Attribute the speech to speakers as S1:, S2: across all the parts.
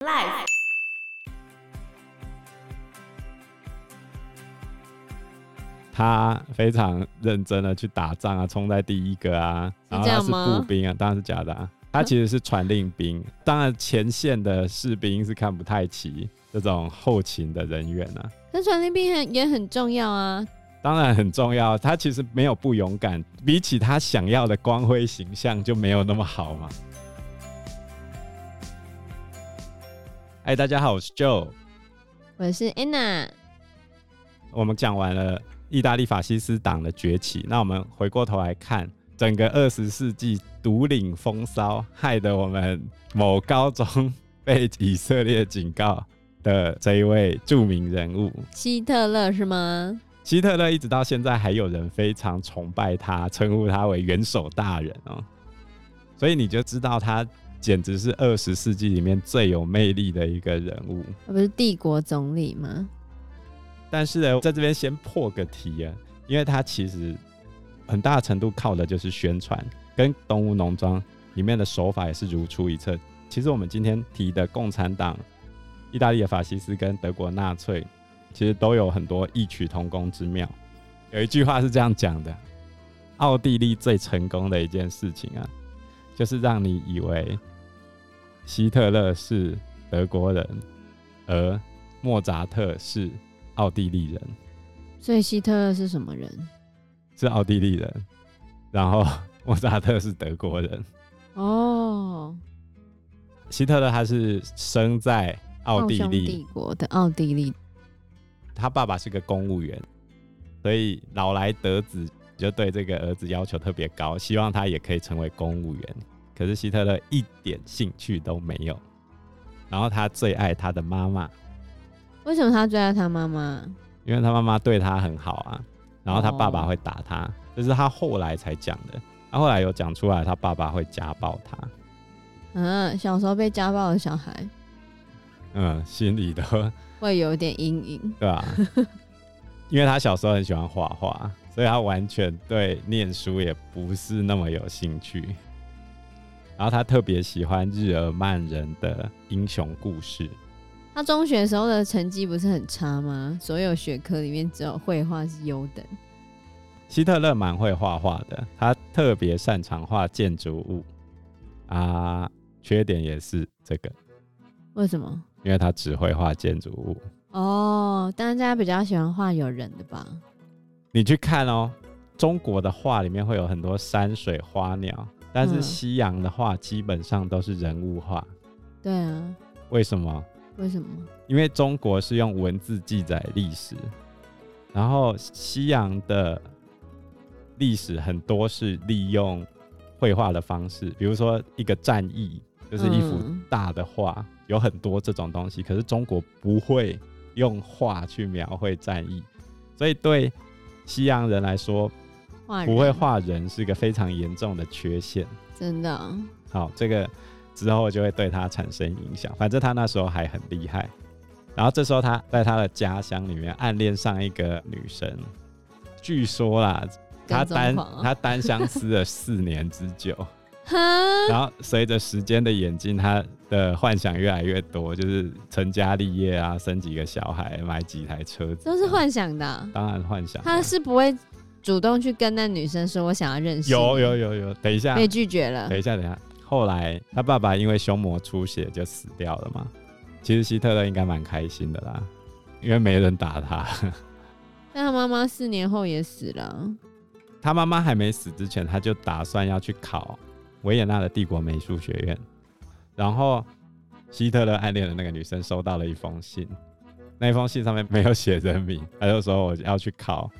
S1: Life。
S2: 他非常认真的去打仗啊，冲在第一个啊，然后
S3: 这
S2: 他
S3: 样
S2: 是
S3: 吗
S2: 步兵啊，当然是假的啊，他其实是传令兵，当然前线的啊士兵是看不太起这种后勤的人员啊，
S3: 可是传令兵很也很重要啊。
S2: 当然很重要，他其实没有不勇敢，比起他想要的光辉形象就没有那么好嘛。哎，大家好，我是 Joe，
S3: 我是 Anna，
S2: 我们讲完了意大利法西斯党的崛起，那我们回过头来看整个二十世纪独领风骚，害得我们某高中被以色列警告的这一位著名人物
S3: 希特勒是吗？
S2: 希特勒，一直到现在还有人非常崇拜他，称呼他为元首大人哦。所以你就知道他简直是二十世纪里面最有魅力的一个人物。
S3: 他啊不是帝国总理吗？
S2: 但是呢，在这边先破个题啊，因为它其实很大程度靠的就是宣传，跟《东吴农庄》里面的手法也是如出一辙。其实我们今天提的共产党、意大利的法西斯跟德国纳粹，其实都有很多异曲同工之妙。有一句话是这样讲的：奥地利最成功的一件事情啊，就是让你以为希特勒是德国人，而莫扎特是奥地利人，
S3: 所以希特勒是什么人？
S2: 是奥地利人，然后 莫扎特是德国人。
S3: 哦，
S2: 希特勒他是生在奥地
S3: 匈帝
S2: 利，
S3: 国的奥地利。
S2: 他爸爸是个公务员，所以老来得子就对这个儿子要求特别高，希望他也可以成为公务员。可是希特勒一点兴趣都没有，然后他最爱他的妈妈，
S3: 为什么他最爱他妈妈？
S2: 因为他妈妈对他很好啊，然后他爸爸
S3: 哦
S2: 会打他，这是他后来才讲的。他后来有讲出来，他爸爸会家暴他。
S3: 啊，小时候被家暴的小孩
S2: 嗯，心里的
S3: 会有点阴影。
S2: 对吧、因为他小时候很喜欢画画，所以他完全对念书也不是那么有兴趣。然后他特别喜欢日耳曼人的英雄故事，
S3: 他中学时候的成绩不是很差吗？所有学科里面只有绘画是优等。
S2: 希特勒蛮会画画的，他特别擅长画建筑物啊，缺点也是这个，
S3: 为什么？
S2: 因为他只会画建筑物。
S3: 哦，大家比较喜欢画有人的吧？
S2: 你去看哦，中国的画里面会有很多山水花鸟，但是
S3: 嗯
S2: 西洋的画基本上都是人物画。
S3: 对啊，
S2: 为什么？
S3: 为什么？
S2: 因为中国是用文字记载历史，然后西洋的历史很多是利用绘画的方式，比如说一个战役，就是一幅
S3: 嗯
S2: 大的画，有很多这种东西。可是中国不会用画去描绘战役，所以对西洋人来说，
S3: 画人
S2: 不会画人是一个非常严重的缺陷。
S3: 真的啊、
S2: 好，这个之后就会对他产生影响。反正他那时候还很厉害，然后这时候他在他的家乡里面暗恋上一个女生，据说啦，他
S3: 跟踪
S2: 单
S3: 狂啊
S2: 他单相思了四年之久，
S3: 哈，
S2: 然后随着时间的演进，他的幻想越来越多，就是成家立业啊，生几个小孩，买几台车子，
S3: 都是，幻想的啊、
S2: 当然幻想啊，
S3: 他是不会主动去跟那女生说我想要认识你，
S2: 有哎有有有，等一下，
S3: 被拒绝了
S2: 等，一下，等一下。后来他爸爸因为胸膜出血就死掉了嘛。其实希特勒应该蛮开心的啦，因为没人打他。
S3: 但他妈妈四年后也死了，
S2: 他妈妈还没死之前，他就打算要去考维也纳的帝国美术学院。然后希特勒暗恋的那个女生收到了一封信，那封信上面没有写人名，他就说我要去考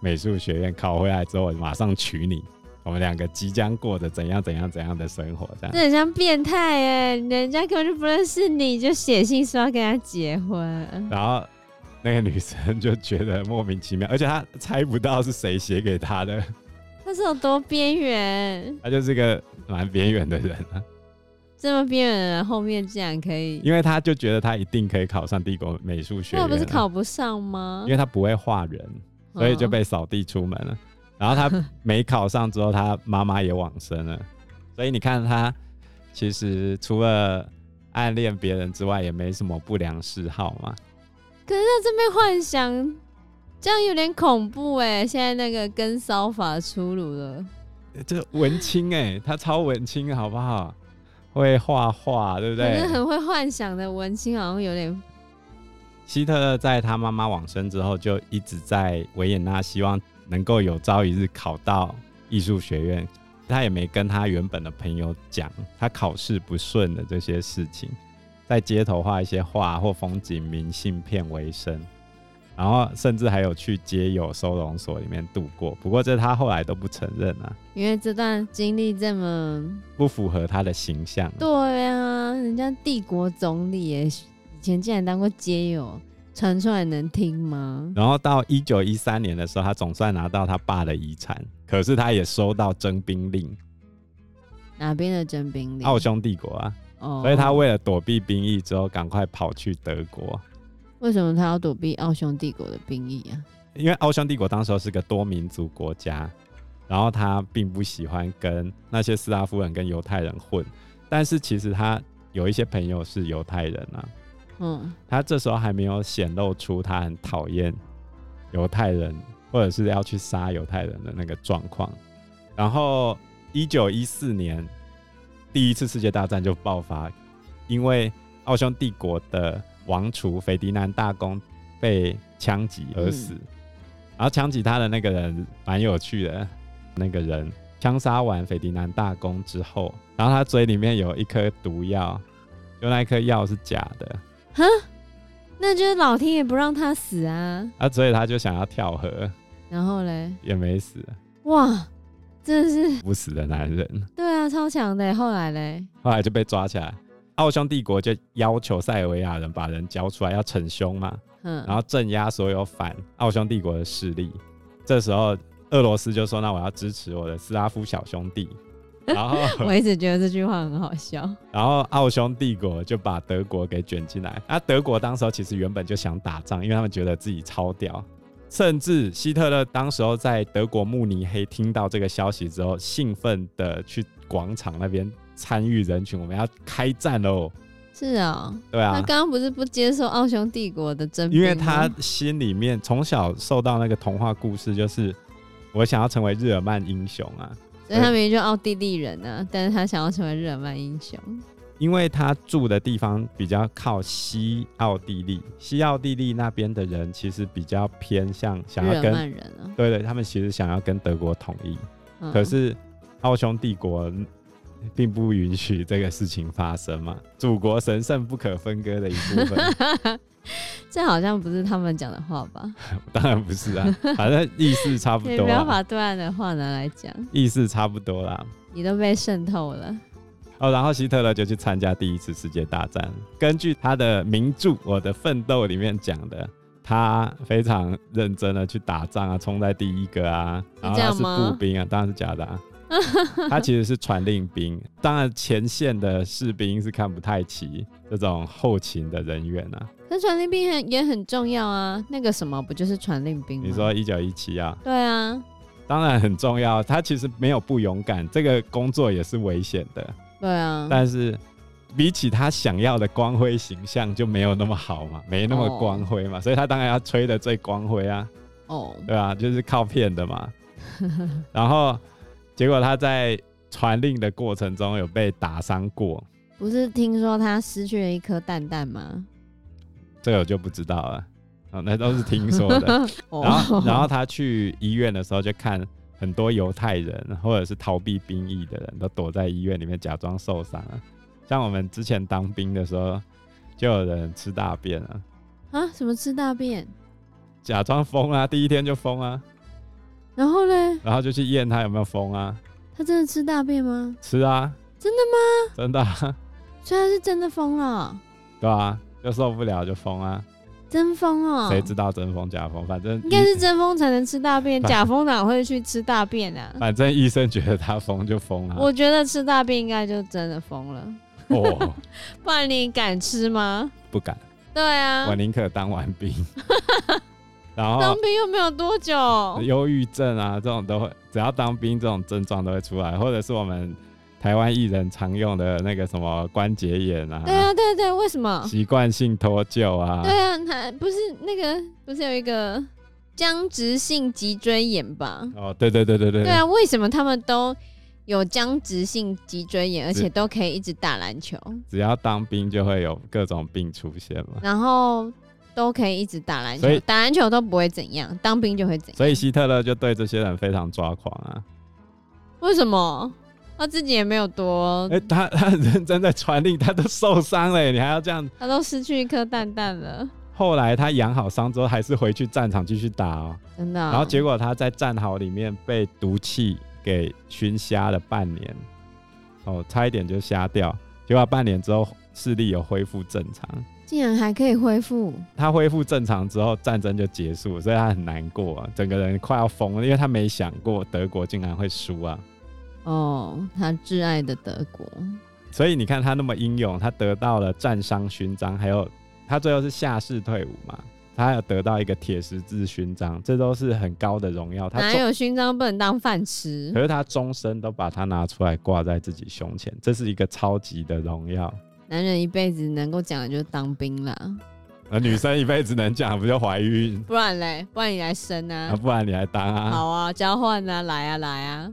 S2: 美术学院，考回来之后我马上娶你，我们两个即将过着怎样怎样怎样的生活，这样
S3: 这很像变态哎、人家根本就不认识你，就写信说要跟他结婚，
S2: 然后那个女生就觉得莫名其妙，而且她猜不到是谁写给她的，
S3: 他是有多边缘？
S2: 她就是个蛮边缘的人啊，
S3: 这么边缘的人后面竟然可以，
S2: 因为她就觉得她一定可以考上帝国美术学院啊，
S3: 那不是考不上吗哦
S2: 因？为她不会画人，所以就被扫地出门了。然后她没考上之后，她妈妈也往生了，所以你看她其实除了暗恋别人之外，也没什么不良嗜好嘛。
S3: 可是在这边幻想，这样有点恐怖哎、现在那个跟骚法出炉了，
S2: 呃 这文青哎、他超文青，好不好？会画画，对不
S3: 可是
S2: 对？
S3: 很会幻想的文青好像有点
S2: 希特勒在他妈妈往生之后，就一直在维也纳，希望能够有朝一日考到艺术学院。他也没跟他原本的朋友讲他考试不顺的这些事情，在街头画一些画或风景明信片为生，然后甚至还有去街友收容所里面度过。不过这他后来都不承认啊，
S3: 因为这段经历这么……
S2: 不符合他的形象。
S3: 对啊，人家帝国总理耶，以前竟然当过街友，传出来能听吗？
S2: 然后到一九一三年的时候，他总算拿到他爸的遗产，可是他也收到征兵令，
S3: 哪边的征兵令？
S2: 奥匈帝国啊，
S3: 哦
S2: 所以他为了躲避兵役之后，赶快跑去德国，
S3: 为什么他要躲避奥匈帝国的兵役啊？
S2: 因为奥匈帝国当时候是个多民族国家，然后他并不喜欢跟那些斯拉夫人跟犹太人混，但是其实他有一些朋友是犹太人啊，
S3: 嗯，
S2: 他这时候还没有显露出他很讨厌犹太人，或者是要去杀犹太人的那个状况。然后，一九一四年第一次世界大战就爆发，因为奥匈帝国的王储斐迪南大公被枪击而死。然后枪击他的那个人蛮有趣的，那个人枪杀完斐迪南大公之后，然后他嘴里面有一颗毒药，就那一颗药是假的。
S3: 那就是老天爷不让他死啊。
S2: 啊，所以他就想要跳河，
S3: 然后嘞，
S2: 也没死，
S3: 哇，真的是
S2: 不死的男人，
S3: 对啊，超强的。后来嘞，
S2: 后来就被抓起来。奥匈帝国就要求塞尔维亚人把人交出来，要逞凶嘛，
S3: 嗯，
S2: 然后镇压所有反奥匈帝国的势力。这时候，俄罗斯就说：“那我要支持我的斯拉夫小兄弟。”然后，
S3: 我一直觉得这句话很好笑。
S2: 然后奥匈帝国就把德国给卷进来。啊，德国当时候其实原本就想打仗，因为他们觉得自己超屌。甚至希特勒当时候在德国慕尼黑听到这个消息之后，兴奋的去广场那边参与人群，我们要开战喽！
S3: 是啊、
S2: 对
S3: 他
S2: 啊，
S3: 刚刚不是不接受奥匈帝国的征兵
S2: 因
S3: 吗，
S2: 为他心里面从小受到那个童话故事，就是我想要成为日耳曼英雄啊。
S3: 所以他明明就奥地利人啊，但是他想要成为日耳曼英雄。
S2: 因为他住的地方比较靠西奥地利，西奥地利那边的人其实比较偏向想
S3: 日
S2: 要
S3: 耳
S2: 跟，
S3: 曼人啊，
S2: 对对，他们其实想要跟德国统一，
S3: 嗯、
S2: 可是奥匈帝国并不允许这个事情发生嘛，祖国神圣不可分割的一部 分，
S3: 这好像不是他们讲的话吧？
S2: 当然不是啊，反正意思差不
S3: 你
S2: 多啊
S3: 不要
S2: 啦，
S3: 把对岸的话拿来讲，
S2: 意思差不多啦。
S3: 你都被渗透了。
S2: 哦，然后希特勒就去参加第一次世界大战。根据他的名著《我的奋斗》里面讲的，他非常认真的去打仗啊，冲在第一个啊，然后
S3: 这
S2: 他
S3: 样
S2: 是
S3: 吗
S2: 步兵啊，当然是假的 啊。他其实是传令兵，当然前线的士兵是看不太起这种后勤的人员啊。
S3: 可是传令兵很也很重要啊，那个什么不就是传令兵吗？
S2: 你说一九一七啊，
S3: 对啊，
S2: 当然很重要。他其实没有不勇敢，这个工作也是危险的，
S3: 对啊，
S2: 但是比起他想要的光辉形象就没有那么好嘛，没那么光辉嘛，所以他当然要吹的最光辉啊，
S3: 哦，
S2: 对吧、就是靠骗的嘛。然后结果他在传令的过程中有被打伤过，
S3: 不是听说他失去了一颗蛋蛋吗？
S2: 这个我就不知道了，哦，那都是听说的。
S3: 哦
S2: 然后然后他去医院的时候就看。很多犹太人或者是逃避兵役的人都躲在医院里面假装受伤了，像我们之前当兵的时候，就有人吃大便了，
S3: 啊，什么吃大便？
S2: 假装疯啊，第一天就疯啊，
S3: 然后呢？
S2: 然后就去验他有没有疯啊，
S3: 他真的吃大便吗？
S2: 吃啊，
S3: 真的吗？
S2: 真的、啊，
S3: 所以他是真的疯了，
S2: 对啊，就受不了就疯啊，
S3: 真疯哦！
S2: 谁知道真疯假疯，反正
S3: 应该
S2: 医
S3: 是真疯才能吃大 便，
S2: 反
S3: 假疯哪会去吃大 便啊？
S2: 反正医生觉得他疯就疯啊，
S3: 我觉得吃大便应该就真的疯了，
S2: 哦，
S3: 不然你敢吃吗？
S2: 不敢，
S3: 对啊
S2: 我，哦宁可当完 兵，然
S3: 当
S2: 后
S3: 兵又没有多久，
S2: 忧郁症啊这种都会，只要当兵这种症状都会出来，或者是我们。台湾艺人常用的那个什么关节炎啊，
S3: 对啊，对对，为什么？
S2: 习惯性脱臼啊，
S3: 对啊，他不是那个，不是有一个僵直性脊椎炎吧？
S2: 哦，对对对对对
S3: 对啊，为什么他们都有僵直性脊椎炎，而且都可以一直打篮球，
S2: 只要当兵就会有各种病出现嘛。
S3: 然后都可以一直打篮
S2: 所以
S3: 球，打篮球都不会怎样，当兵就会怎样？
S2: 所以希特勒就对这些人非常抓狂啊！
S3: 为什么？他自己也没有多
S2: 哎、，他 他很认真在传令，他都受伤了耶，你还要这样？
S3: 他都失去一颗蛋蛋了，
S2: 后来他养好伤之后，还是回去战场继续打哦。
S3: 真的啊、
S2: 然后结果他在战壕里面被毒气给熏瞎了半年，哦，差一点就瞎掉。结果半年之后视力有恢复正常。
S3: 竟然还可以恢复，
S2: 他恢复正常之后，战争就结束，所以他很难过、啊，整个人快要疯了，因为他没想过德国竟然会输啊。
S3: 哦，他挚爱的德国，
S2: 所以你看他那么英勇，他得到了战伤勋章，还有他最后是下士退伍嘛，他有得到一个铁十字勋章，这都是很高的荣耀。他
S3: 哪
S2: 终
S3: 有勋章不能当饭吃
S2: 可？是他终身都把它拿出来挂在自己胸前，这是一个超级的荣耀。
S3: 男人一辈子能够讲的就是当兵啦，
S2: 那女生一辈子能讲不就怀孕
S3: 不然嘞，不然你来生啊，
S2: 啊？不然你还当啊？
S3: 好啊，交换啊，来啊来啊，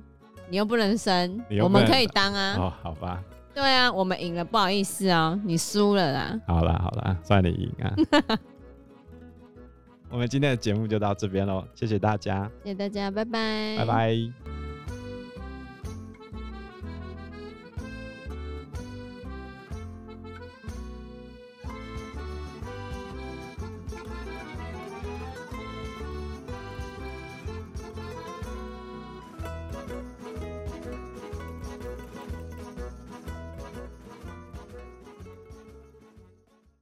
S3: 你又不能生，
S2: 你又
S3: 我
S2: 不能
S3: 们可以当啊，
S2: 哦，好吧，
S3: 对啊，我们赢了，不好意思啊，你输了啦，
S2: 好啦好啦，算你赢啊。我们今天的节目就到这边喽，谢谢大家，
S3: 谢谢大家，拜拜，
S2: 拜拜。